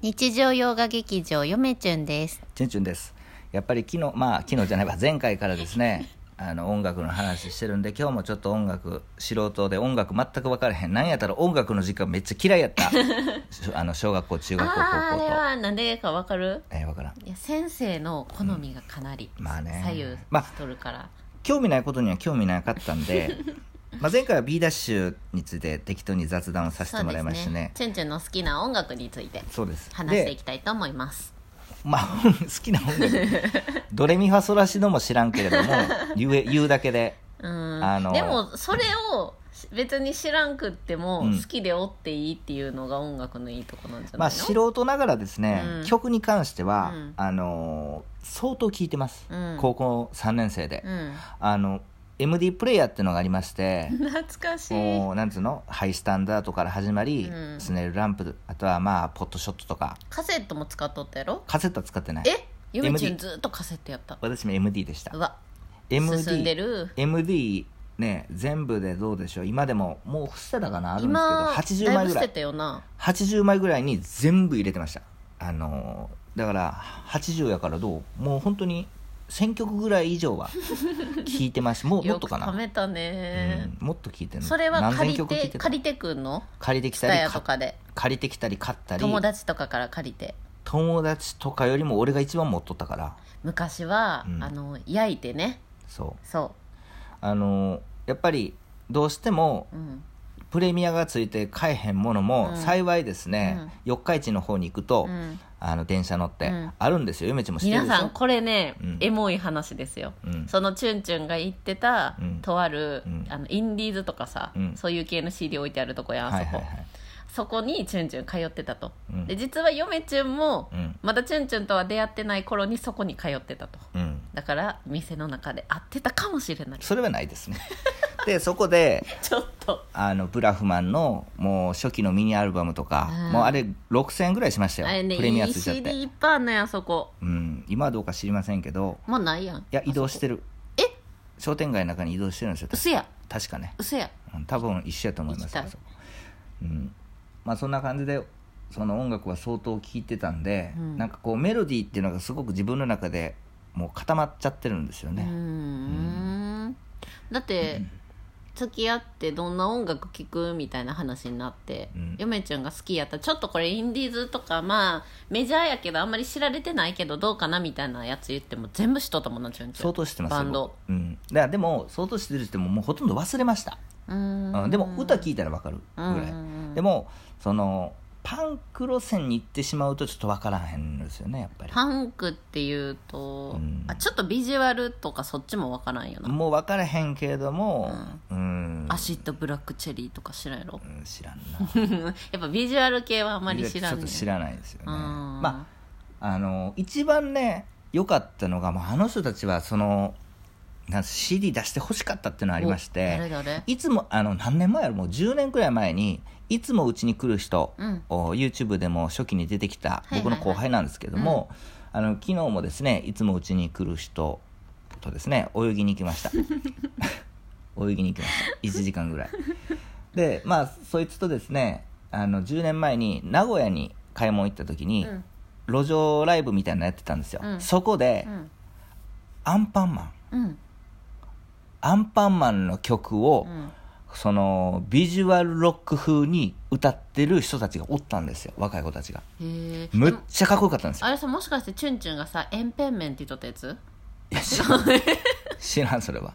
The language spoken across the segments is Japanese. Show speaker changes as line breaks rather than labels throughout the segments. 日常洋画劇場よめちゅんです
チュンチュンですやっぱり昨日まあ昨日じゃないわ前回からです ねあの音楽の話してるんで今日もちょっと音楽素人で音楽全く分からへんなんやったら音楽の時間めっちゃ嫌いや ったしょあの小学校中学校
ああー
高
あ
校
れ
と
はなんでかわかる
えー、分からん
いや先生の好みがかなり
うんまあね
左右
まあ
しとるから、
興味ないことには興味なかったん でまあ前回は B ダッシュについて適当に雑談をさせてもらいましたね
チュンチュンの好きな音楽について
そうです
話してい
で
きたいと思います
まあ 好きな音楽ドレミファソラシドも知らんけ れども言え言うだけで
うん、
あの
でもそれを別に知らんくっても
うん
好きでおっていいっていうのが音楽のいいとこなんじゃ
ま
な
あ
いの、
素人ながらですね、
うん
曲に関しては、
うん
あのー相当聴いてます、
うん
高校3年生で、
うん、
あの MD プレイヤーってのがありまして
懐かしい
もうなんつうのハイスタンダードから始まり、
うん
スネルランプあとはまあポットショットとか
カセットも使っとったやろ
カセットは使ってない
えゆめちゅん
MD
ずっとカセットやった
私も MD でした
うわ
MD
進んでる
MD ね全部でどうでしょう今でももう捨てたかなあるん
今
ですけど80
だい
枚
ぶ
ぐ
捨
らい
てたよな
80枚ぐらいに全部入れてましたあのーだから80やからどうもう本当に1000曲ぐらい以上は聴いてますもうも
よ
っと
く
かな、
貯めたね、
うんもっと聴いてる
それは
何
借
千
り
曲聴い
て
てた
借りてくんの
借りてき
ス
た
タヤ
り
と
か
かで
借りてきたり買ったり
友達とかから借りて
友達とかよりも俺が一番持っとったから
昔は、
うん
あの焼いてね
そ
そう
あのーやっぱりどうしても
う、うん、
プレミアがついて買えへんものも、
うん
幸いですね、四日市の方に行くと、
うん
あの電車乗って、
うん
あるんですよゆめちゃんも知ってる
皆
でしょ
さんこれね、
うん
エモい話ですよ、
うん
そのチュンチュンが言ってた、
うん
とある、
うん
あのインディーズとかさ、
うん
そういう系の CD 置いてあるとこやんあそこ、
はいはいはい
そこにチュンチュン通ってたと、
うん
で実は嫁チュンも、
うん
まだチュンチュンとは出会ってない頃にそこに通ってたと
うん
だから店の中で会ってたかもしれない
それはないですね でそこで
ちょっと
あのブラフマンのもう初期のミニアルバムとか、
うん
もうあれ6000円ぐらいしましたよ
あれね
プレミア
いい
ついちゃって
CD いっぱいあんのやそこ
うん、今はどうか知りませんけど
もうないやん
いや移動してる
え
商店街の中に移動してるんですよ
嘘や
確かね、
嘘や
うん、多分一緒やと思いま
行き
す
たい
あそこうんまあそんな感じでその音楽は相当聴いてたんで、
うん
なんかこうメロディーっていうのがすごく自分の中でもう固まっちゃってるんですよ
うー
ね、
んだって、付き合ってどんな音楽聴くみたいな話になって、
うん
嫁ちゃんが好きやったらちょっとこれインディーズとかまあメジャーやけどあんまり知られてないけどどうかなみたいなやつ言っても全部しとったもんなちゅんちゅん
相当知ってますよ
バンド
僕うん、だからでも相当知ってるって言ってももうほとんど忘れました、
うー
うんん、でも歌聴いたら分かるぐ
うん
らい、
うんうん
でもそのパンク路線に行ってしまうとちょっと分からへんですよねやっぱり
パンクっていうと、
うん
あちょっとビジュアルとかそっちもわからんよな、
もう分からへんけれどもうん、
アシッドブラックチェリーとか知らんやろ
うん知らんな
やっぱビジュアル系はあんまり知らん
ちょっ
ね
と知らないですよね
うん
まああの一番ね良かったのが、まあ、あの人たちはそのなん CD 出してほしかったっていうのがありまし
お誰
て
誰
いつもあの何年前やろもう10年くらい前にいつもうちに来る人、
うん
お YouTube でも初期に出てきた
いはい
僕の後輩なんですけども、あの昨日もですねいつもうちに来る人とですね泳ぎに行きました 泳ぎに行きました1時間ぐらいでまあそいつとですねあの10年前に名古屋に買い物行った時に、
うん
路上ライブみたいなのやってたんですよ、
うん
そこで、
うん
アンパンマン
うん
アンパンマンの曲を、
うん
そのビジュアルロック風に歌ってる人たちがおったんですよ若い子たちが
へえ
むっちゃかっこよかったんですよ
あれさもしかしてチュンチュンがさエンペンメンって言っとったやつ
いや知らん知らんそれは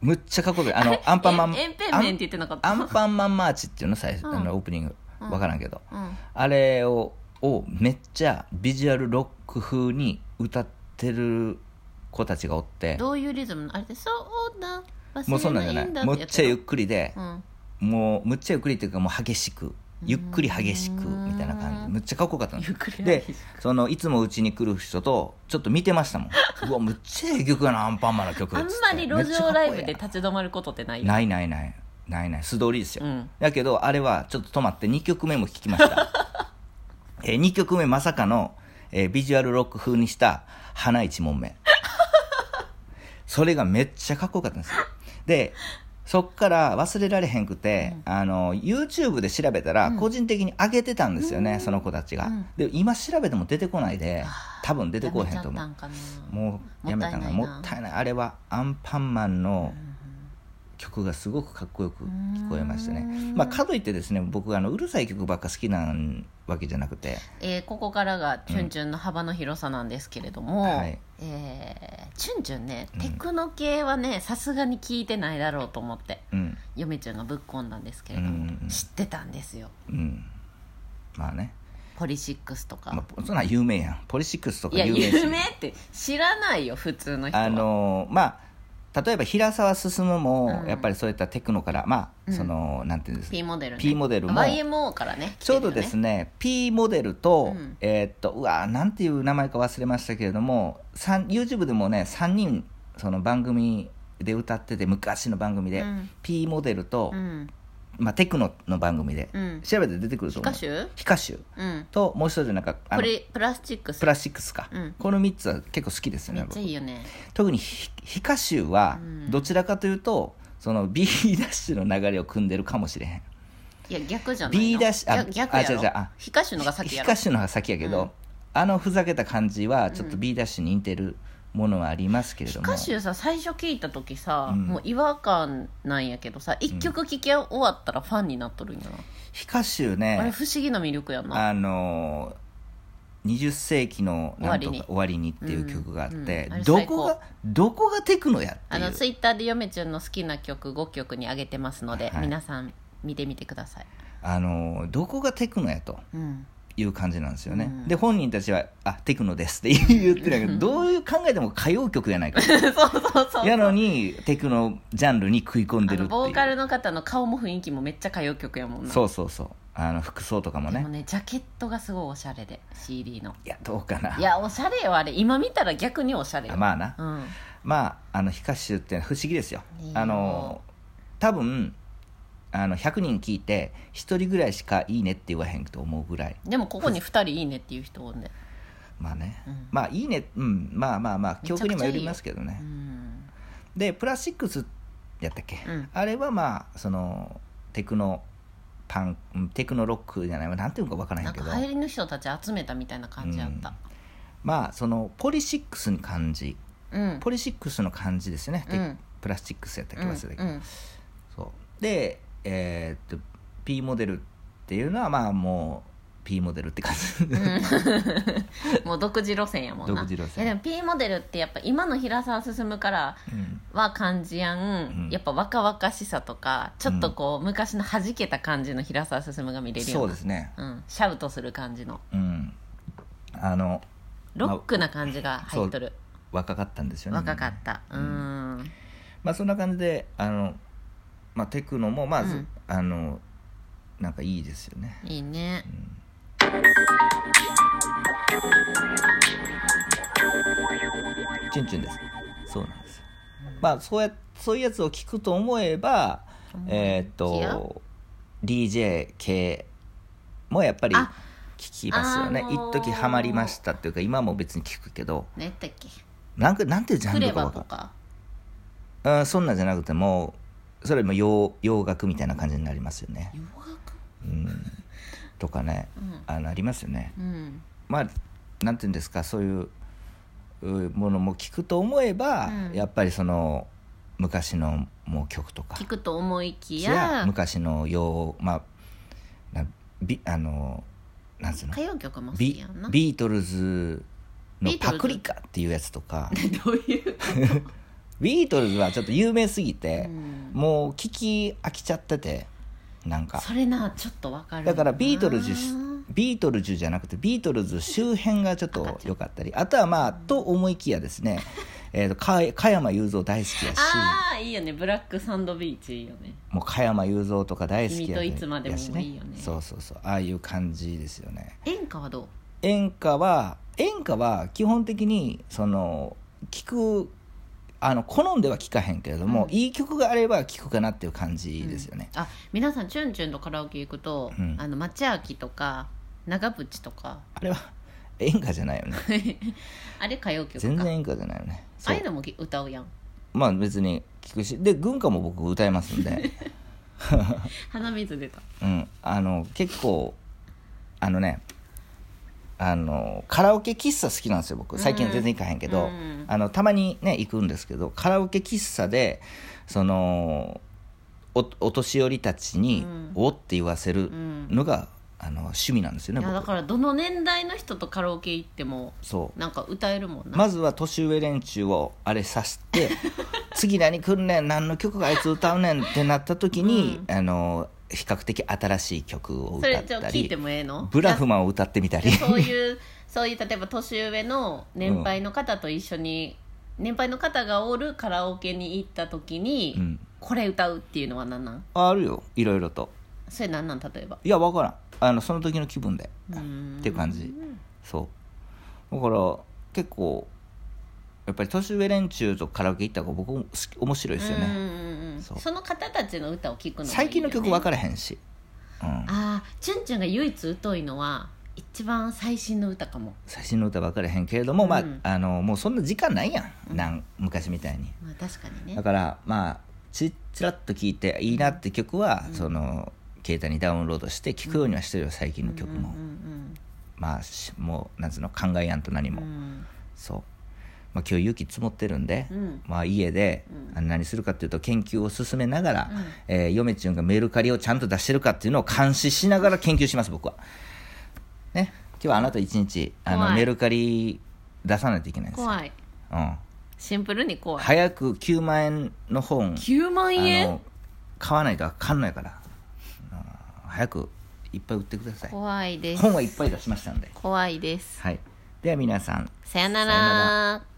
むっちゃかっこよかったあ のアンパンマン
エンエンペンメンって言ってなかった
アンアンパンマンマーチっていうの最初、
うん
あのオープニング
うん
わからんけど、
うん
あれををめっちゃビジュアルロック風に歌ってる子たちがおって
どういうリズムのあれでそうだ
もう
忘
そ
れ
んなんじ
な
ゃないい
んだ
む
っ
って
やつ
ちゃゆっくりで、
うん
もうむっちゃゆっくりっていうかもう激しくゆっくり激しくみたいな感じむっちゃかっこよかったんです
ゆっくり
で
激し
そのいつもうちに来る人とちょっと見てました もんうわむっちゃええ曲やなアンパンマンの曲
あん
つって
まり路上ライブで
めっちゃかっこ
立ち止まることってない
ええやんないないないないない素通りですよ、
うん
だけどあれはちょっと止まって2曲目も聴きました え2曲目まさかの、えービジュアルロック風にした「 花一問目」それがめっちゃかっこよかったんですよでそっから忘れられへんくて、あの YouTube で調べたら個人的に上げてたんですよね、その子たちが、
うん
で今調べても出てこないで多分出てこへんと思
や
う
めちゃったんかな
もうやめたな
も
も
っいない
った
な
たいないあれはアンパンマンの曲がすごくかっこよく聞こえましたね
うん
まあかといってですね僕あのうるさい曲ばっか好きなわけじゃなくて
えーここからがチュンチュンの幅の広さなんですけれども、
はい
えーチュンチュンね
うん
テクノ系はねさすがに聞いてないだろうと思って
うん
嫁ちゃんがぶっこんだんですけ
う
れども、
ん
知ってたんですよ
うんまあね、
ポリシックスとか、
まあ、そんなん有名やんポリシックスとか
いや
有名やし
有名って知らないよ普通の人は
あのまあ例えば平沢進も
うん
やっぱりそういったテクノからま
う
あ
ん
そのなんていうんです
P モデル、ね、
P モデルも
YMO からね来
ち
て
ょ
る
う
よ
ど
ね
ですね P モデルと、
うん
えーっとうわーなんていう名前か忘れましたけれども三 YouTube でもね3人その番組で歌ってて昔の番組で、
うん
P モデルと、
うん
まあ、テクノの番組で、
うん
調べて出てくると
皮
思
下
う
種
ヒカシュ
うん
ともう一人なんかあ
プ
の
リプラスチックス
プラスチックスか、
うん
この3つは結構好きですよ
め
ね
っちゃいいよね
特にヒヒカシュは
うん
どちらかというと、その B ダッシュの流れを組んでるかもしれへん
いや逆じゃないの
B ダッシュあ
逆逆やろ
あ違う違うあ
皮下種のが先や
ヒ
ろ
カシュの方が先やけど、
うん
あのふざけた感じはちょっ
う
と
ん
B ダッシュに似てるものはありますけれども、
歌手さ最初聞いた時さ、
うん
もう違和感なんやけどさ一曲聴き終わったらファンになっとるんやな、
ヒカシュ
あれ
ね
不思議な魅力やな
あのー20世紀のなんとか
終
終わりにっていう曲があって、
うんうんあれ
ど
最高
こがどこがテクノやって
あ
い
の
う
ツイッターで嫁ちゃんの好きな曲5曲に上げてますので、
はい
皆さん見てみてください、
あのーどこがテクノやと
うん、
いう感じなんですよね、
うん
で本人たちは「あテクノです」って言ってるんやけどどういう考えても歌謡曲やないか
そうそうそう
やのにテクノジャンルに食い込んで
あ
る
の
っていう
ボーカルの方の顔も雰囲気もめっちゃ歌謡曲やもんな
そうそうそうあの服装とかも
で
ね
もねジャケットがすごいおしゃれで CD の
いやどうかない
やおしゃれよあれ今見たら逆におしゃれよ、
まあな、
うん、
まああのヒカシュって不思議ですよ
いいよ
あの多分あの100人聞いて1人ぐらいしか「いいね」って言わへんと思うぐらい
でもここに2人いいねっていう人おんで、
まあね、
うん
まあ「いいね」うんまあまあまあ記憶にもよりますけどね
うん、
でプラスチックスやったっけ、
うん
あれはまあそのテクノパンうんテクノロックじゃないわなんていうのかわから
な
な
いん
け
か
ど
流行りの人たち集めたみたいな感じやった
まあそのポリシックスの感じ
うん、うん
ポリシックスの感じですね、テ
うん
プラスチックスやったっけ忘れたけど、
うん
そうでえーっと P モデルっていうのはまあもう P モデルって感じ、
もう独自路線やもんな
独自路線
いやでも P モデルってやっぱ今の平沢進むから
うん
は感じやん、
うん
やっぱ若々しさとかちょっとこう、昔の弾けた感じの平沢進むが見れるよ
そうう
な
ですね
うん、シャウトする感じの
うんあの
ロックな感じが入っとる、
若かったんですよね
若かったう
うん
ん、
まあそんな感じであの、まあ、テクノもまあ、ず
うん
あのなんかいいですよね
いいね
チュンチュンですそうなんですよまあそうやそういうやつを聞くと思えば、えーっ
聞や
と DJ 系もやっぱり
あ
聞きますよね
あのー
一時ハマりましたっていうか今も別に聞くけど
何やったっけ
なんかなんていうジャ
ク
ン
レ
ルか
バ
わか
と
ん
か
うん、そんなんじゃなくてもうそれも洋洋楽みたいな感じになりますよね。
洋楽
うん、とかね、あのありますよね。
うん
まあなんていうんですかそういううものも聞くと思えば、
うん
やっぱりその昔のもう曲とか
聞くと思いき
そりゃ
や
昔の洋まあなビあのなんつうの
歌謡曲も好き
ビ
やんな
ビートルズの
ビートルズ
パクリかっていうやつとか
どういう、
ビートルズはちょっと有名すぎて。
うん
もう聞き飽きちゃっててなんか
それなちょっとわかる
だからビートルズし
うん
ビートルズじゃなくてビートルズ周辺がちょっと良かったりあとはまあと思いきやです ねえーとか加山雄三大好きやし
ああいいよねブラックサンドビーチいいよね
もう加山雄三とか大好きやし
君といつまでもいいよね
そうそうそうああいう感じですよね
演歌はどう
演歌は演歌は基本的にその聞くあの好んでは聞かへんけれども、
うん
いい曲があれば聞くかなっていう感じですよね、
あ皆さんチュンチュンとカラオケ行くと、
うん
あの町秋とか長渕とか
あれは演歌じゃないよね
あれ歌謡曲か
全然演歌じゃないよね
あ
そ
あ
う
いうのもき歌うやん
まあ別に聞くしで軍歌も僕歌います んで、
鼻水出た
うん、あの結構あのねあのカラオケ喫茶好きなんですよ僕最近全然行かへんけ
う
ど、
ん
あのたまにね行くんですけどカラオケ喫茶でそのおお年寄りたちに
うん
「お」って言わせるのが、あの趣味なんですよね
いやだ
僕
からどの年代の人とカラオケ行っても
そう
なんか歌えるもんな、
まずは年上連中をあれさして 次何来んねん何の曲があいつ歌うねんってなった時に、あの比較的新しい曲を
そ
歌
れ
っ
じゃあ
た
聞い
り
てもええの
ブラフマンを歌ってみた
で
り
そういうそういう例えば年上の年配の方と一緒に、年配の方がおるカラオケに行った時に、
うん
これ歌うっていうのは何なん
あるよいろいろと
それ何なん例えば
いや分からんあのその時の気分で
うーん
っていう感じそうだから結構やっぱり年上連中とカラオケ行った方が僕も好き面白いですよ
うん
ね
うんうん
そう
その方たちの歌を聞くのがいいよね
最近の曲分からへんし、うん、
ああチュンチュンが唯一疎いのは一番最新の歌かも、
最新の歌分からへんけれども、まあ
うん
あのもうそんな時間ないやんなん昔みたいに
まあ、確かに
だ
ね
からまあちちらっと聴いていいなって曲は、その携帯にダウンロードして聴くようにはしてるよ最近の曲も、
うん
まあしもうなんつうの考えやんと何
うんう
も、
ん
そう、まあ、今日雪積もってるんで、
うん
まあ、家で、あの何するかっていうと研究を進めながら、えー嫁ちゅんがメルカリをちゃんと出してるかっていうのを監視しながら研究します僕はね今日はあなた一日あ
怖
の
い
メルカリ出さないといけないんですよ、
怖い
うん、
シンプルに怖い
早く9万円の本
9万
あ
円
の買わないとあかんないから、うん早くいっぱい売ってください
怖いです
本はいっぱい出しましたんで
怖いです
はいでは皆さん
さよな
さよな
ら